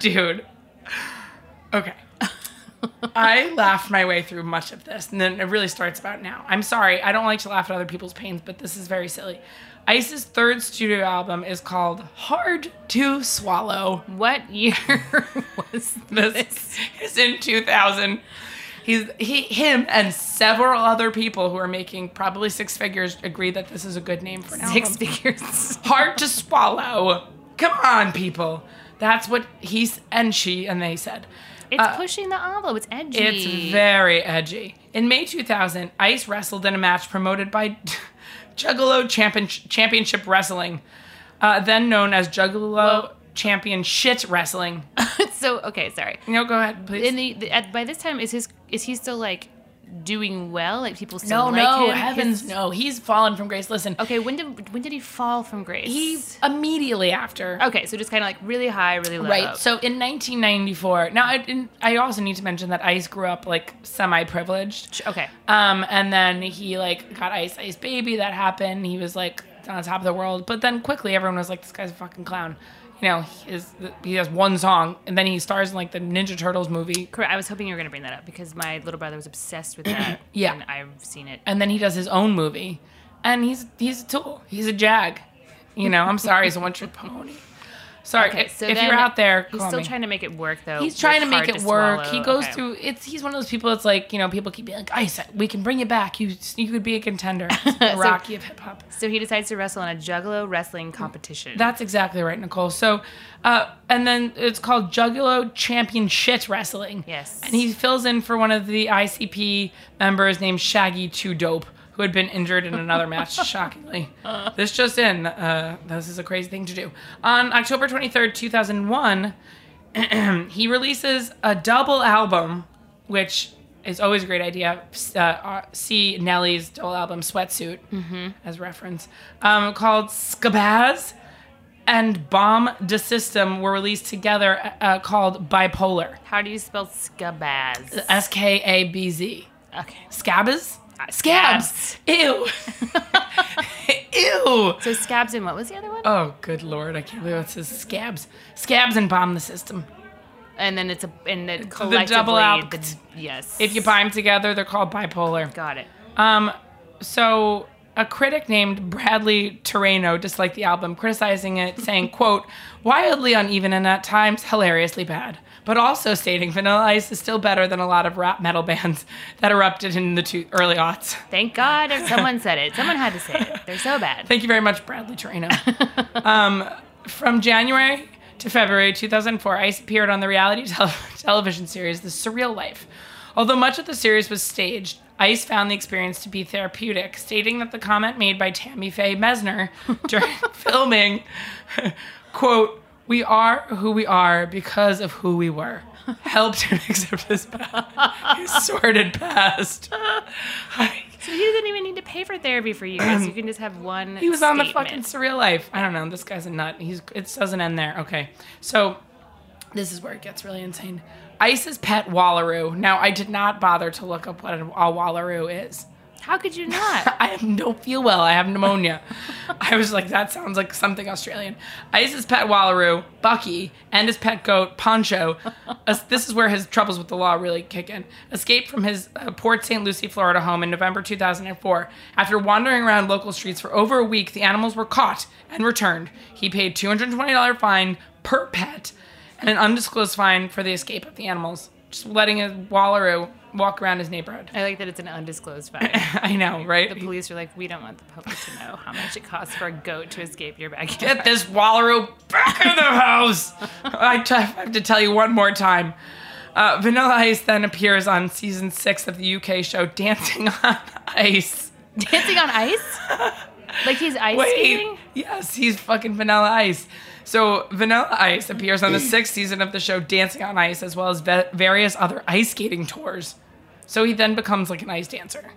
Speaker 6: Dude. Okay. I laughed my way through much of this, and then it really starts about now. I'm sorry, I don't like to laugh at other people's pains, but this is very silly. Ice's third studio album is called Hard to Swallow.
Speaker 7: What year was
Speaker 6: This is in 2000. He's, he, him and several other people who are making probably six figures agree that this is a good name for an album
Speaker 7: six figures?
Speaker 6: hard to swallow. Come on, people. That's what he's and she and they said.
Speaker 7: It's pushing the envelope. It's edgy.
Speaker 6: Uh, It's very edgy. In May 2000, Ice wrestled in a match promoted by Juggalo Champion- Championship Wrestling, uh, then known as Juggalo Champion Shit Wrestling.
Speaker 7: so okay. Sorry.
Speaker 6: No, go ahead, please.
Speaker 7: In the, the at, by this time, is his is he still like doing well? Like people
Speaker 6: No,
Speaker 7: still like
Speaker 6: no,
Speaker 7: him?
Speaker 6: heavens,
Speaker 7: His-
Speaker 6: no. He's fallen from grace. Listen,
Speaker 7: Okay, when did when did he fall from grace?
Speaker 6: he immediately after.
Speaker 7: okay, so just kind of like really high, really low.
Speaker 6: Right. So in 1994, now I, in, I also need to mention that Ice grew up like semi privileged.
Speaker 7: okay,
Speaker 6: Um, and then he like got Ice Ice Baby. That happened. He was like on top of the world. But then quickly everyone was like, this guy's a fucking clown. You know, he, is, he has one song, and then he stars in like the Ninja Turtles movie.
Speaker 7: correct. I was hoping you were gonna bring that up because my little brother was obsessed with that.
Speaker 6: Yeah.
Speaker 7: and I've seen it.
Speaker 6: and then he does his own movie, and he's he's a tool. He's a jag. You know, I'm sorry, he's a one trick pony. Sorry,
Speaker 7: Okay,
Speaker 6: if-
Speaker 7: so
Speaker 6: if
Speaker 7: then
Speaker 6: you're out there,
Speaker 7: he's
Speaker 6: call
Speaker 7: still
Speaker 6: me.
Speaker 7: trying to make it work though.
Speaker 6: He's trying to
Speaker 7: It's
Speaker 6: make
Speaker 7: hard
Speaker 6: it work.
Speaker 7: swallow.
Speaker 6: He goes
Speaker 7: Okay.
Speaker 6: through. It's he's one of those people. It's like you know, people keep being like, "Ice, we can bring you back. You you could be a contender, The
Speaker 7: So-
Speaker 6: Rocky of hip hop."
Speaker 7: So he decides to wrestle in a Juggalo wrestling competition.
Speaker 6: That's exactly right, Nicole. So, uh, and then it's called Juggalo Champion Shit Wrestling.
Speaker 7: Yes.
Speaker 6: And he fills in for one of the ICP members named Shaggy Two Dope, who had been injured in another match, shockingly. This just in, uh, this is a crazy thing to do. On October 23rd, 2001, he releases a double album, which is always a great idea. Uh, uh, see Nelly's double album, Sweatsuit, as reference, um, called Skabaz and Bomb De System were released together uh, called Bipolar.
Speaker 7: How do you spell scabaz?
Speaker 6: S K A B Z.
Speaker 7: okay.
Speaker 6: Scabbers? Scabs. Ew. Ew.
Speaker 7: So scabs and what was the other one?
Speaker 6: Oh, good lord. I can't believe it says scabs. Scabs and Bomb the System.
Speaker 7: and then it's a and then
Speaker 6: double
Speaker 7: collectively
Speaker 6: act.
Speaker 7: the- yes.
Speaker 6: If you buy them together, they're called bipolar.
Speaker 7: got it.
Speaker 6: Um, so a critic named Bradley Terreno disliked the album, criticizing it, saying, quote, wildly uneven and at times hilariously bad, but also stating Vanilla Ice is still better than a lot of rap metal bands that erupted in the two- early aughts.
Speaker 7: Thank God if someone said it. Someone had to say it. They're so bad.
Speaker 6: Thank you very much, Bradley Terreno. um, from January to February 2004, Ice appeared on the reality tele- television series The Surreal Life. Although much of the series was staged, Ice found the experience to be therapeutic, stating that the comment made by Tammy Faye Mesner during filming, quote, we are who we are because of who we were. Helped him accept his, pa- his sordid past.
Speaker 7: So he doesn't even need to pay for therapy for years. you can just have one.
Speaker 6: He was on the
Speaker 7: statement.
Speaker 6: fucking surreal life. I don't know. This guy's a nut. He's it doesn't end there. Okay, so this is where it gets really insane. Ice's pet Wallaroo. Now I did not bother to look up what a, a Wallaroo is.
Speaker 7: How could you not?
Speaker 6: I have don't feel well. I have pneumonia. I was like, that sounds like something Australian. Ice's pet Wallaroo, Bucky, and his pet goat Poncho. as- this is where his troubles with the law really kick in. Escaped from his uh, Port St. Lucie, Florida home in November 2004. After wandering around local streets for over a week, the animals were caught and returned. He paid $220 fine per pet and an undisclosed fine for the escape of the animals. Just letting a Wallaroo walk around his neighborhood.
Speaker 7: I like that it's an undisclosed fine.
Speaker 6: I know, right?
Speaker 7: The police are like, we don't want the public to know how much it costs for a goat to escape your backyard.
Speaker 6: Get this Wallaroo back in the house! I t- I have to tell you one more time. Uh, Vanilla Ice then appears on season six of the UK show Dancing on Ice.
Speaker 7: Dancing on ice? Like he's ice skating?
Speaker 6: Yes, he's fucking Vanilla Ice. So Vanilla Ice appears on the sixth season of the show Dancing on Ice, as well as ve- various other ice skating tours. So he then becomes like an ice dancer,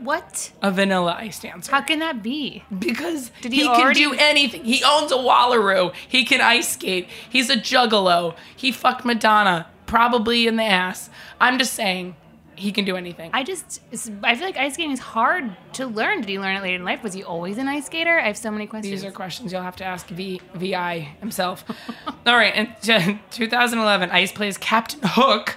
Speaker 7: What?
Speaker 6: a Vanilla Ice dancer.
Speaker 7: How can that be?
Speaker 6: Because
Speaker 7: Did
Speaker 6: he,
Speaker 7: he
Speaker 6: can
Speaker 7: already-
Speaker 6: do anything. He owns a Wallaroo. He can ice skate. He's a juggalo. He fucked Madonna, probably in the ass. I'm just saying, he can do anything.
Speaker 7: I just, it's- I feel like ice skating is hard to learn. Did he learn it later in life? Was he always an ice skater? I have so many questions.
Speaker 6: These are questions you'll have to ask v, VI himself. All right, in 2011, Ice plays Captain Hook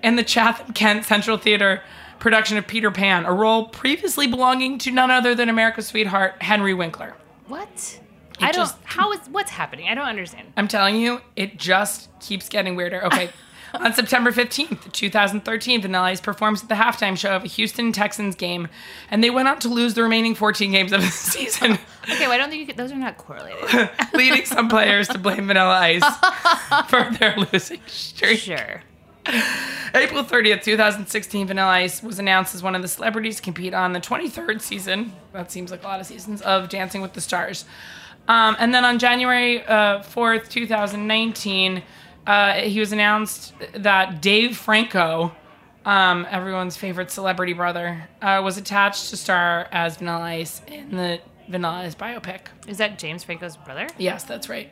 Speaker 6: in the Chatham Kent Central Theater production of Peter Pan, a role previously belonging to none other than America's sweetheart, Henry Winkler.
Speaker 7: what? I don't.
Speaker 6: just-
Speaker 7: how is what's happening? I don't understand.
Speaker 6: I'm telling you, it just keeps getting weirder. Okay. On September 15th, 2013, Vanilla Ice performs at the halftime show of a Houston Texans game, and they went on to lose the remaining 14 games of the season,
Speaker 7: Okay, well, I don't think you could, those are not correlated.
Speaker 6: leading some players to blame Vanilla Ice for their losing streak.
Speaker 7: sure.
Speaker 6: April 30th, 2016, Vanilla Ice was announced as one of the celebrities to compete on the 23rd season. That seems like a lot of seasons of Dancing with the Stars. Um, and then on January uh, 4th, 2019, uh, he was announced that Dave Franco um, everyone's favorite celebrity brother, uh, was attached to star as Vanilla Ice in the Vanilla Ice biopic.
Speaker 7: Is that James Franco's brother?
Speaker 6: Yes, that's right.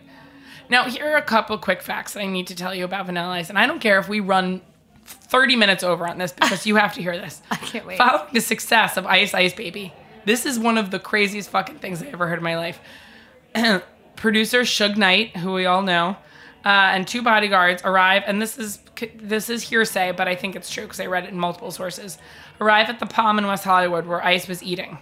Speaker 6: Now, here are a couple quick facts that I need to tell you about Vanilla Ice, and I don't care if we run 30 minutes over on this because you have to hear this. I
Speaker 7: can't wait.
Speaker 6: Following the success of Ice Ice Baby, this is one of the craziest fucking things I ever heard in my life. Producer Suge Knight, who we all know, uh, and two bodyguards arrive, and this is this is hearsay, but I think it's true because I read it in multiple sources. Arrive at the Palm in West Hollywood where Ice was eating.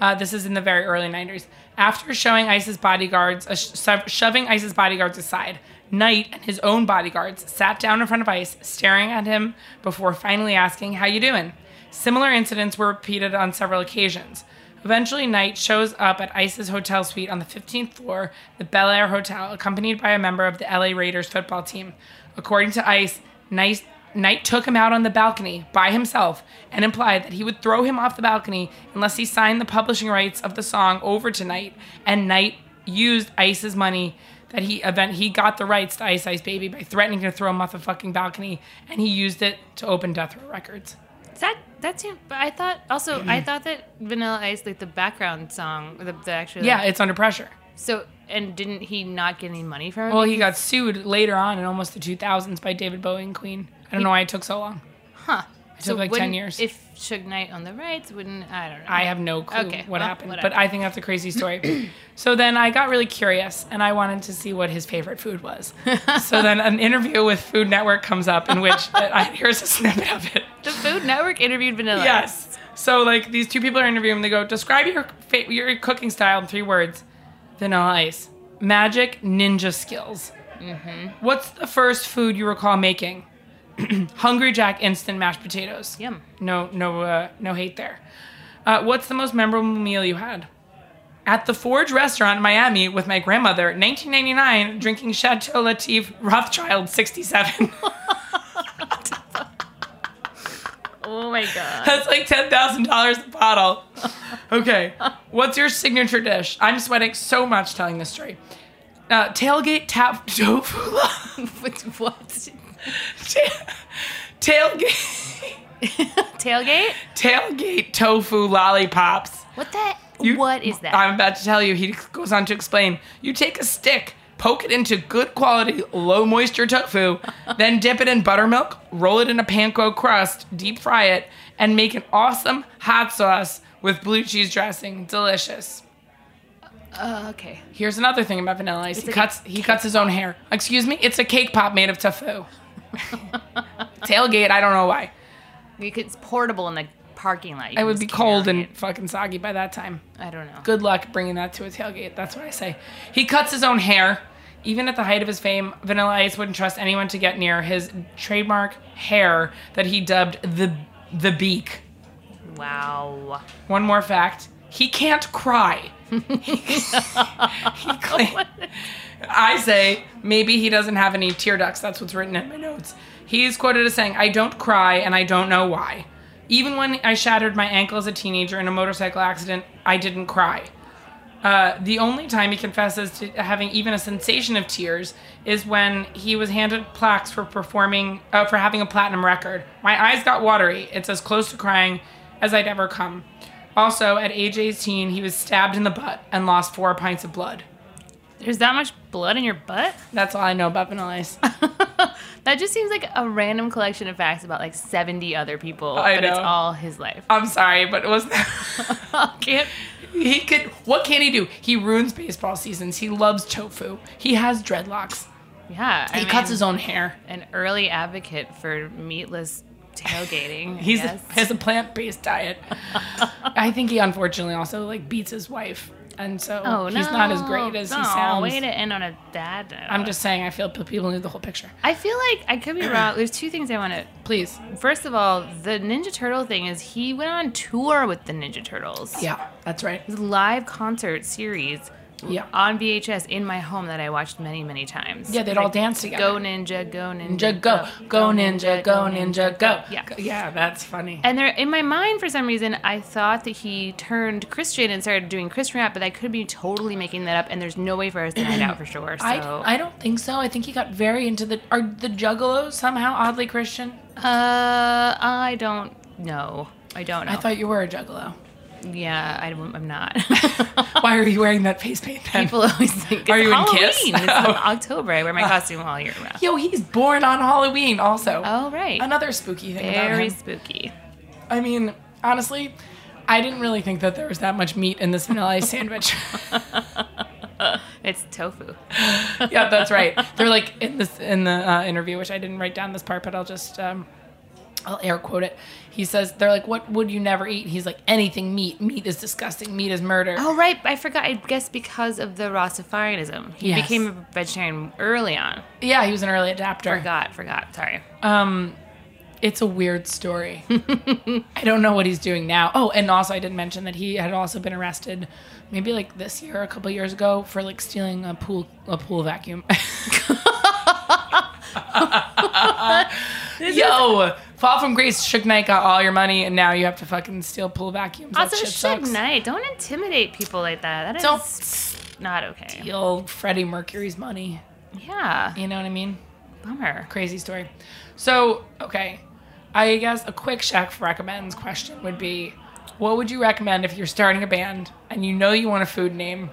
Speaker 6: Uh, this is in the very early 90s. After showing ISIS bodyguards, uh, sho- shoving ISIS bodyguards aside, Knight and his own bodyguards sat down in front of ICE, staring at him before finally asking, "How you doing?" Similar incidents were repeated on several occasions. Eventually, Knight shows up at ICE's hotel suite on the 15th floor, the Bel Air Hotel, accompanied by a member of the LA Raiders football team. According to ICE, Knight Knight took him out on the balcony by himself and implied that he would throw him off the balcony unless he signed the publishing rights of the song over to Knight. And Knight used Ice's money that he event he got the rights to Ice Ice Baby by threatening to throw him off the fucking balcony, and he used it to open Death Row Records.
Speaker 7: Is that that's him? But I thought also I thought that Vanilla Ice like the background song, the, the actual
Speaker 6: Yeah, it's under pressure.
Speaker 7: So and didn't he not get any money from it?
Speaker 6: Well, he got sued later on in almost the 2000s by David Bowie and Queen. I don't know why it took so long.
Speaker 7: huh?
Speaker 6: took like 10
Speaker 7: wouldn't-
Speaker 6: years.
Speaker 7: If Suge Knight on the rights, wouldn't I don't know.
Speaker 6: I have no clue
Speaker 7: Okay,
Speaker 6: what
Speaker 7: well,
Speaker 6: happened, but
Speaker 7: whatever.
Speaker 6: I think that's a crazy story. so then I got really curious and I wanted to see what his favorite food was. so then an interview with Food Network comes up in which uh, I, here's a snippet of it.
Speaker 7: the Food Network interviewed Vanilla. Ice.
Speaker 6: Yes. So like these two people are interviewing. They go, describe your fa- your cooking style in three words: vanilla ice, magic, ninja skills.
Speaker 7: Mm-hmm.
Speaker 6: What's the first food you recall making? Hungry Jack instant mashed potatoes.
Speaker 7: Yum.
Speaker 6: No, no, uh, no hate there. Uh, what's the most memorable meal you had? At the Forge restaurant in Miami with my grandmother, 1999, drinking Chateau Latif Rothschild 67.
Speaker 7: Oh my god.
Speaker 6: That's like ten thousand dollars a bottle. Okay, what's your signature dish? I'm sweating so much telling this story. Uh, tailgate tap tofu.
Speaker 7: What- what?
Speaker 6: Ta- tailgate
Speaker 7: Tailgate?
Speaker 6: tailgate tofu lollipops.
Speaker 7: What the?
Speaker 6: You-
Speaker 7: what is that?
Speaker 6: I'm about to tell you. He goes on to explain. You take a stick, poke it into good quality, low moisture tofu, then dip it in buttermilk, roll it in a panko crust, deep fry it, and make an awesome hot sauce with blue cheese dressing. Delicious.
Speaker 7: oh, okay.
Speaker 6: Here's another thing about vanilla ice. He
Speaker 7: like
Speaker 6: cuts he cuts his own hair. Excuse me? It's a cake pop made of tofu. Tailgate, I don't know why.
Speaker 7: You could, it's portable in the parking lot. You
Speaker 6: It
Speaker 7: can
Speaker 6: would
Speaker 7: just
Speaker 6: be
Speaker 7: carry
Speaker 6: cold
Speaker 7: on
Speaker 6: and
Speaker 7: it.
Speaker 6: fucking soggy by that time.
Speaker 7: I don't know.
Speaker 6: Good luck bringing that to a tailgate. That's what I say. He cuts his own hair. Even at the height of his fame, Vanilla Ice wouldn't trust anyone to get near his trademark hair that he dubbed the the beak.
Speaker 7: Wow.
Speaker 6: One more fact: he can't cry. he claimed, I say maybe he doesn't have any tear ducts. That's what's written in my notes. He's quoted as saying, "I don't cry, and I don't know why. Even when I shattered my ankle as a teenager in a motorcycle accident, I didn't cry." Uh, the only time he confesses to having even a sensation of tears is when he was handed plaques for performing uh, for having a platinum record. My eyes got watery. It's as close to crying as I'd ever come. Also, at age 18, he was stabbed in the butt and lost four pints of blood.
Speaker 7: There's that much blood in your butt?
Speaker 6: That's all I know about Vanilla Ice.
Speaker 7: that just seems like a random collection of facts about like 70 other people,
Speaker 6: I
Speaker 7: but it's
Speaker 6: know. Uh,
Speaker 7: all his life.
Speaker 6: I'm sorry, but it was
Speaker 7: Can't-
Speaker 6: he could. What can he do? He ruins baseball seasons. He loves tofu. He has dreadlocks.
Speaker 7: yeah. I
Speaker 6: He cuts
Speaker 7: mean,
Speaker 6: his own hair.
Speaker 7: An early advocate for meatless tailgating.
Speaker 6: He's
Speaker 7: I guess.
Speaker 6: has a plant-based diet. I think he unfortunately also like beats his wife, and so
Speaker 7: oh,
Speaker 6: he's not as
Speaker 7: no.
Speaker 6: great as
Speaker 7: No,
Speaker 6: he sounds.
Speaker 7: Way to end on a bad note.
Speaker 6: I'm just saying. I feel people knew the whole picture.
Speaker 7: I feel like I could be wrong. There's two things I want to
Speaker 6: Please,
Speaker 7: First of all, the Ninja Turtle thing is he went on tour with the Ninja Turtles.
Speaker 6: yeah, that's right.
Speaker 7: His live concert series
Speaker 6: Yeah.
Speaker 7: on VHS in my home that I watched many, many times.
Speaker 6: Yeah, they'd
Speaker 7: Like,
Speaker 6: all dance together.
Speaker 7: Go ninja, go ninja,
Speaker 6: Ninja go, go ninja, go ninja, go.
Speaker 7: Yeah.
Speaker 6: yeah, that's funny.
Speaker 7: And there, in my mind, for some reason, I thought that he turned Christian and started doing Christian rap, but I could be totally making that up, and there's no way for us to find out for sure. So,
Speaker 6: I, I don't think so. I think he got very into the are the Juggalos somehow oddly Christian.
Speaker 7: uh, I don't know. I don't know.
Speaker 6: I thought you were a Juggalo.
Speaker 7: yeah, I, am not.
Speaker 6: Why are you wearing that face paint? Then?
Speaker 7: People always think,
Speaker 6: Are
Speaker 7: it's
Speaker 6: you in
Speaker 7: Halloween.
Speaker 6: Kiss?
Speaker 7: It's in October. I wear my costume all year round.
Speaker 6: Yo, he's born on Halloween. Also,
Speaker 7: Oh, right.
Speaker 6: another spooky thing about
Speaker 7: Very
Speaker 6: him.
Speaker 7: spooky.
Speaker 6: I mean, honestly, I didn't really think that there was that much meat in this vanilla ice sandwich.
Speaker 7: It's tofu.
Speaker 6: yeah, that's right. They're like in this in the uh, interview, which I didn't write down this part, but I'll just um, I'll air quote it. He says, "They're like, what would you never eat?" He's like, "Anything meat. Meat is disgusting. Meat is murder."
Speaker 7: Oh, right. I forgot. I guess because of the Rastafarianism. He
Speaker 6: Yes.
Speaker 7: became a vegetarian early on.
Speaker 6: Yeah, he was an early adapter.
Speaker 7: Forgot, forgot. Sorry.
Speaker 6: It's a weird story. I don't know what he's doing now. Oh, and also I didn't mention that he had also been arrested, maybe like this year, a couple years ago, for like stealing a pool a pool vacuum. Yo, fall from grace. Suge Knight got all your money, and now you have to fucking steal pool vacuums. That
Speaker 7: also,
Speaker 6: shit
Speaker 7: Suge
Speaker 6: sucks.
Speaker 7: Knight, don't intimidate people like that. That is
Speaker 6: Don't
Speaker 7: not okay.
Speaker 6: steal Freddie Mercury's money.
Speaker 7: Yeah.
Speaker 6: You know what I mean?
Speaker 7: Bummer.
Speaker 6: Crazy story. So, okay. I guess a quick Shaq recommends question would be what would you recommend if you're starting a band and you know you want a food name?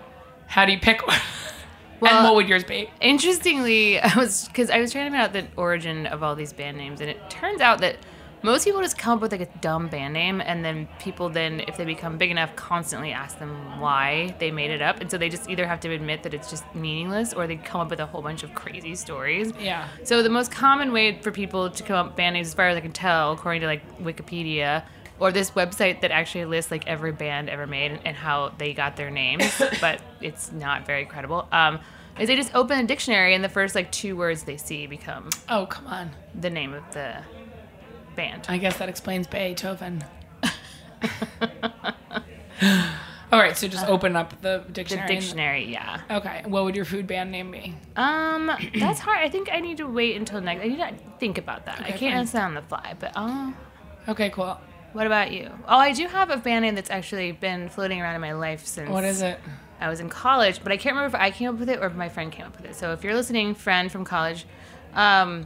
Speaker 6: How do you pick one? and
Speaker 7: Well-
Speaker 6: what would yours be?
Speaker 7: Interestingly, I was because I was trying to find out the origin of all these band names, and it turns out that most people just come up with like a dumb band name, and then people then, if they become big enough, constantly ask them why they made it up, and so they just either have to admit that it's just meaningless, or they come up with a whole bunch of crazy stories.
Speaker 6: Yeah.
Speaker 7: So the most common way for people to come up with band names, as far as I can tell, according to like Wikipedia or this website that actually lists like every band ever made and how they got their names, but it's not very credible. Um, is they just open a dictionary and the first like two words they see become
Speaker 6: Oh, come on.
Speaker 7: the name of the band.
Speaker 6: I guess that explains Beethoven. All right, so just open up the
Speaker 7: The
Speaker 6: Uh, dictionary. and-
Speaker 7: dictionary, yeah.
Speaker 6: Okay, what would your food band name be?
Speaker 7: Um, that's hard. I think I need to wait until next. I need to think about that.
Speaker 6: Okay,
Speaker 7: I can't
Speaker 6: fine.
Speaker 7: answer that on the fly, but um.
Speaker 6: Okay, cool.
Speaker 7: What about you? Oh, I do have a band name that's actually been floating around in my life since
Speaker 6: What is it?
Speaker 7: I was in college, but I can't remember if I came up with it or if my friend came up with it. So if you're listening, friend from college, um,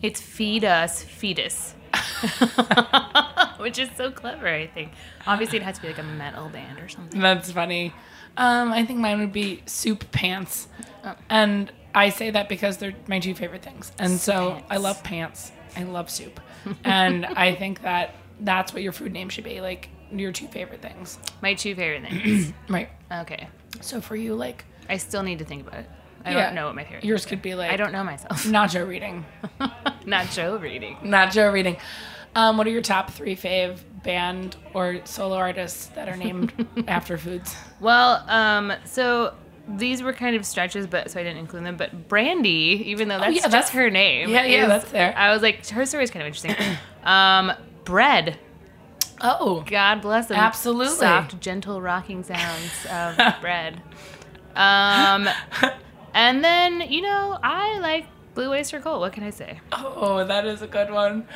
Speaker 7: it's feed us fetus, which is so clever. I think obviously it has to be like a metal band or something.
Speaker 6: That's funny. Um, I think mine would be soup pants, and I say that because they're my two favorite things. And so I
Speaker 7: pants.
Speaker 6: love pants. I love soup, and I think that that's what your food name should be, like your two favorite things.
Speaker 7: My two favorite things.
Speaker 6: Right.
Speaker 7: okay,
Speaker 6: So for you, like
Speaker 7: I still need to think about it. I
Speaker 6: Yeah.
Speaker 7: don't know what my favorite.
Speaker 6: yours could be like
Speaker 7: I don't know myself.
Speaker 6: nacho reading,
Speaker 7: Not Joe reading.
Speaker 6: nacho reading. Um, what are your top three fave band or solo artists that are named after foods?
Speaker 7: Well, um, so these were kind of stretches, but so I didn't include them. But Brandy, even though that's
Speaker 6: Oh, yeah,
Speaker 7: just
Speaker 6: that's-
Speaker 7: her name,
Speaker 6: yeah, yeah,
Speaker 7: is-
Speaker 6: that's there.
Speaker 7: I was like, her story is kind of interesting. um, bread,
Speaker 6: Oh,
Speaker 7: God bless them.
Speaker 6: Absolutely.
Speaker 7: soft, gentle, rocking sounds of bread. Um, and then you know, I like Blue Oyster Cult. What can I say?
Speaker 6: Oh, that is a good one.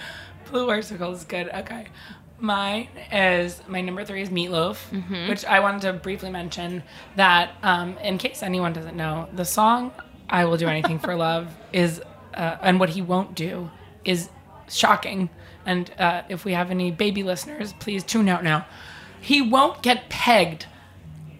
Speaker 6: Blue Icicle is good. Okay. Mine is my number three is meatloaf, which I wanted to briefly mention that um, in case anyone doesn't know, the song "I Will Do Anything for Love" is uh, and what he won't do is shocking. And uh, if we have any baby listeners, please tune out now. He won't get pegged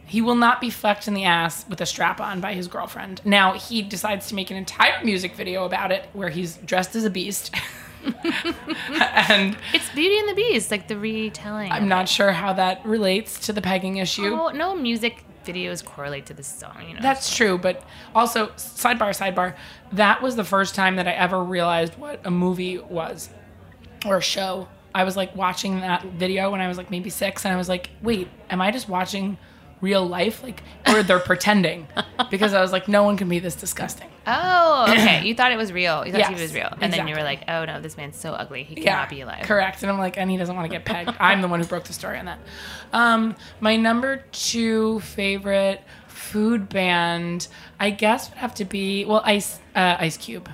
Speaker 6: he will not be fucked in the ass with a strap on by his girlfriend. Now he decides to make an entire music video about it where he's dressed as a beast. and
Speaker 7: It's Beauty and the Beast, like the retelling.
Speaker 6: I'm not sure how that relates to the pegging issue.
Speaker 7: No, no music videos correlate to this song. You know,
Speaker 6: That's true, but also sidebar, sidebar. That was the first time that I ever realized what a movie was or a show. I was like watching that video when I was like maybe six, and I was like, wait, am I just watching real life? Like, or they're pretending? Because I was like, no one can be this disgusting.
Speaker 7: Oh, okay. You thought it was real. You thought
Speaker 6: Yes,
Speaker 7: he was real. And then
Speaker 6: exactly.
Speaker 7: you were like, oh no, this man's so ugly. He
Speaker 6: yeah,
Speaker 7: cannot be alive.
Speaker 6: Correct. And I'm like, and he doesn't want to get pegged. I'm the one who broke the story on that. Um, my number two favorite food band, I guess would have to be well, Ice uh, Ice Cube.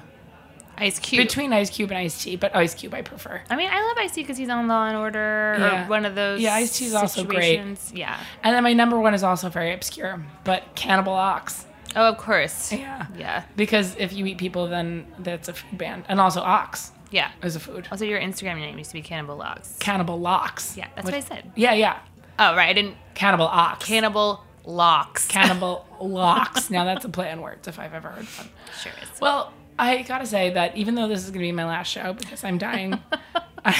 Speaker 7: Ice Cube.
Speaker 6: Between Ice Cube and Ice T, but Ice Cube I prefer.
Speaker 7: I mean, I love Ice T because he's on Law and Order
Speaker 6: Yeah.
Speaker 7: or one of those.
Speaker 6: Yeah, Ice-T is also great.
Speaker 7: situations. Yeah.
Speaker 6: And then my number one is also very obscure, but Cannibal Ox.
Speaker 7: Oh, of course.
Speaker 6: Yeah.
Speaker 7: Yeah.
Speaker 6: Because if you eat people, then that's a food band. And also ox
Speaker 7: Yeah.
Speaker 6: is a food.
Speaker 7: Also, your Instagram name used to be Cannibal Locks.
Speaker 6: Cannibal locks.
Speaker 7: Yeah, that's
Speaker 6: Which-
Speaker 7: what I said.
Speaker 6: Yeah, yeah.
Speaker 7: Oh, right. I didn't.
Speaker 6: Cannibal ox.
Speaker 7: Cannibal Locks.
Speaker 6: Cannibal locks. Now that's a play on words if I've ever heard one.
Speaker 7: sure is.
Speaker 6: Well, I gotta say that even though this is gonna be my last show because I'm dying, I,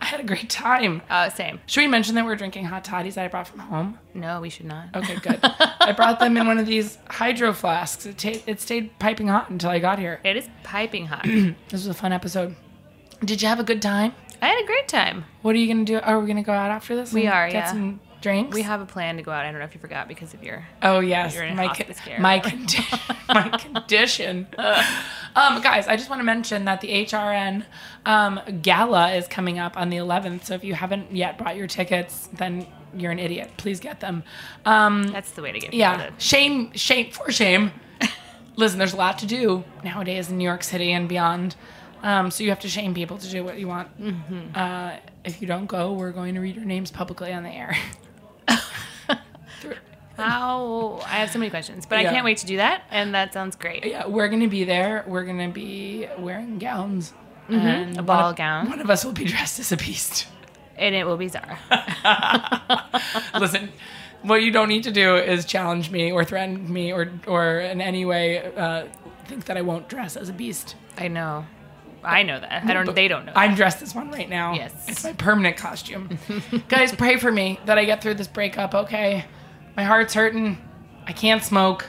Speaker 6: I had a great time.
Speaker 7: Oh, same.
Speaker 6: Should we mention that we're drinking hot toddies that I brought from home?
Speaker 7: No, we should not.
Speaker 6: Okay, good. I brought them in one of these hydro flasks. It, ta- it stayed piping hot until I got here.
Speaker 7: It is piping hot. I
Speaker 6: This was a fun episode. Did you have a good time?
Speaker 7: had a great time.
Speaker 6: What are you gonna do? Are we gonna go out after this?
Speaker 7: We
Speaker 6: and
Speaker 7: are,
Speaker 6: Get
Speaker 7: yeah.
Speaker 6: some drinks.
Speaker 7: We have a plan to go out. I don't know if you forgot because of your.
Speaker 6: Oh yes,
Speaker 7: You're in
Speaker 6: my
Speaker 7: hospice care.
Speaker 6: my condition. my condition. Um, guys, I just want to mention that the HRN um, gala is coming up on the 11th. So if you haven't yet bought your tickets, then you're an idiot. Please get them. Um,
Speaker 7: That's the way to get.
Speaker 6: yeah,
Speaker 7: people to-
Speaker 6: shame, shame for shame. Listen, there's a lot to do nowadays in New York City and beyond. Um, so you have to shame people to do what you want.
Speaker 7: Mm-hmm.
Speaker 6: Uh, if you don't go, we're going to read your names publicly on the air.
Speaker 7: How I have so many questions, but
Speaker 6: Yeah.
Speaker 7: I can't wait to do that. And that sounds great.
Speaker 6: Yeah, we're gonna be there. We're gonna be wearing gowns. And
Speaker 7: Mm-hmm. A
Speaker 6: one
Speaker 7: ball
Speaker 6: of-
Speaker 7: gown.
Speaker 6: One of us will be dressed as a beast.
Speaker 7: And it will be Zara.
Speaker 6: Listen, what you don't need to do is challenge me or threaten me or or in any way uh, think that I won't dress as a beast.
Speaker 7: I know. I know that. I don't. They don't know.
Speaker 6: I'm dressed as one right now.
Speaker 7: Yes.
Speaker 6: it's my permanent costume. Guys, pray for me that I get through this breakup. Okay, my heart's hurting. I can't smoke.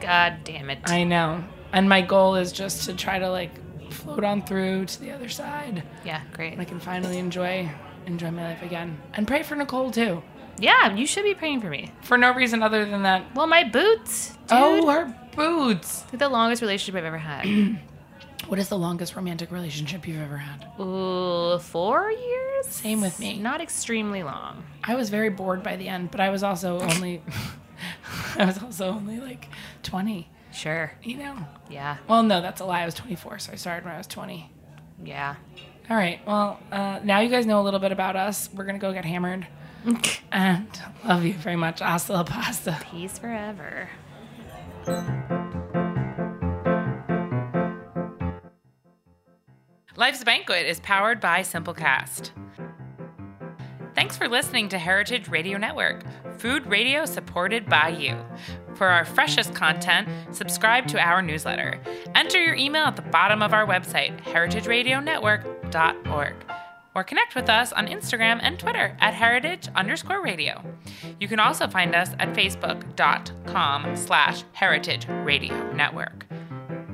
Speaker 7: God damn it.
Speaker 6: I know, and my goal is just to try to like float on through to the other side.
Speaker 7: yeah, great.
Speaker 6: and I can finally enjoy enjoy my life again. And pray for Nicole too,
Speaker 7: yeah, you should be praying for me.
Speaker 6: for no reason other than that.
Speaker 7: Well, my boots. Dude,
Speaker 6: Oh, her boots.
Speaker 7: the longest relationship I've ever had.
Speaker 6: What is the longest romantic relationship you've ever had?
Speaker 7: Ooh, four years?
Speaker 6: Same with me.
Speaker 7: Not extremely long.
Speaker 6: I was very bored by the end, but I was also only, I was also only like twenty.
Speaker 7: Sure.
Speaker 6: You know.
Speaker 7: Yeah.
Speaker 6: Well, no, that's a lie. I was twenty four, so I started when I was twenty.
Speaker 7: Yeah.
Speaker 6: All right. Well, uh, now you guys know a little bit about us. We're gonna go get hammered, and love you very much. Hasta la pasta.
Speaker 7: Peace forever.
Speaker 10: Life's Banquet is powered by Simplecast. Thanks for listening to Heritage Radio Network, food radio supported by you. For our freshest content, subscribe to our newsletter. Enter your email at the bottom of our website, heritageradionetwork.org, or connect with us on Instagram and Twitter at heritage underscore radio. You can also find us at facebook.com slash heritage radio network.